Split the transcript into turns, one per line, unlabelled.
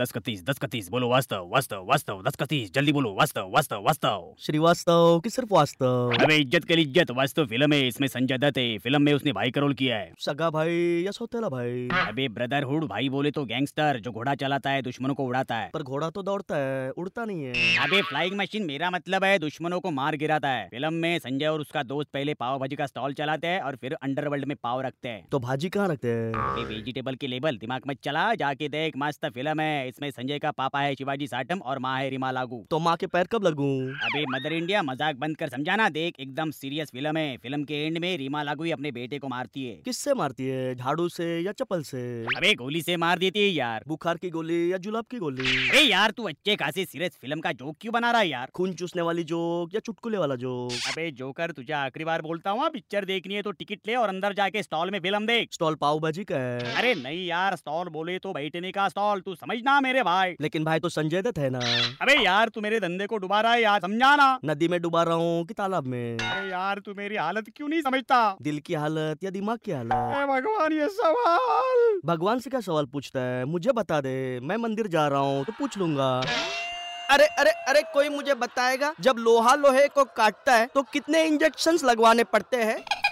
दस का तीस दस का तीस बोलो वास्तव वास्तव वास्तव दस का तीस जल्दी बोलो वास्तव वास्तव वास्तव
श्रीवास्तव की सिर्फ वास्तव
अबे इज्जत के लिए इज्जत वास्तव फिल्म है इसमें संजय दत्त है फिल्म में उसने भाई का रोल किया है
सगा भाई या सौतेला भाई
अबे ब्रदरहुड भाई बोले तो गैंगस्टर जो घोड़ा चलाता है दुश्मनों को उड़ाता है
पर घोड़ा तो दौड़ता है उड़ता नहीं है
अबे फ्लाइंग मशीन मेरा मतलब है दुश्मनों को मार गिराता है फिल्म में संजय और उसका दोस्त पहले पाव भाजी का स्टॉल चलाते हैं और फिर अंडरवर्ल्ड में पाव रखते हैं
तो भाजी कहाँ रखते हैं
ये वेजिटेबल के लेबल दिमाग में चला जाके देख मस्त फिल्म है इसमें संजय का पापा है शिवाजी साटम और माँ है रीमा लागू
तो माँ के पैर कब लगू
अबे मदर इंडिया मजाक बंद कर समझाना देख एकदम सीरियस फिल्म है फिल्म के एंड में रीमा लागू ही अपने बेटे को मारती है
किससे मारती है झाड़ू से या चप्पल से
अबे गोली से मार देती है यार
बुखार की गोली या जुलाब की गोली
अरे यार तू अच्छे खासे सीरियस फिल्म का जोक क्यों बना रहा है यार
खून चूसने वाली जोक या चुटकुले वाला जोक
अबे जोकर तुझे आखिरी बार बोलता हूँ पिक्चर देखनी है तो टिकट ले और अंदर जाके स्टॉल में फिल्म देख
स्टॉल पाव भाजी का है
अरे नहीं यार स्टॉल बोले तो बैठने का स्टॉल तू समझना मेरे भाई
लेकिन भाई तो संजय दत्त है ना
अबे यार तू मेरे धंधे को डुबा रहा है यार समझाना
नदी में डुबा रहा हूँ कि तालाब में
अरे यार तू मेरी हालत क्यों नहीं समझता
दिल की हालत या दिमाग की हालत
अरे भगवान ये सवाल
भगवान से क्या सवाल पूछता है मुझे बता दे मैं मंदिर जा रहा हूँ तो पूछ लूंगा अरे अरे अरे कोई मुझे बताएगा जब लोहा लोहे को काटता है तो कितने इंजेक्शन लगवाने पड़ते हैं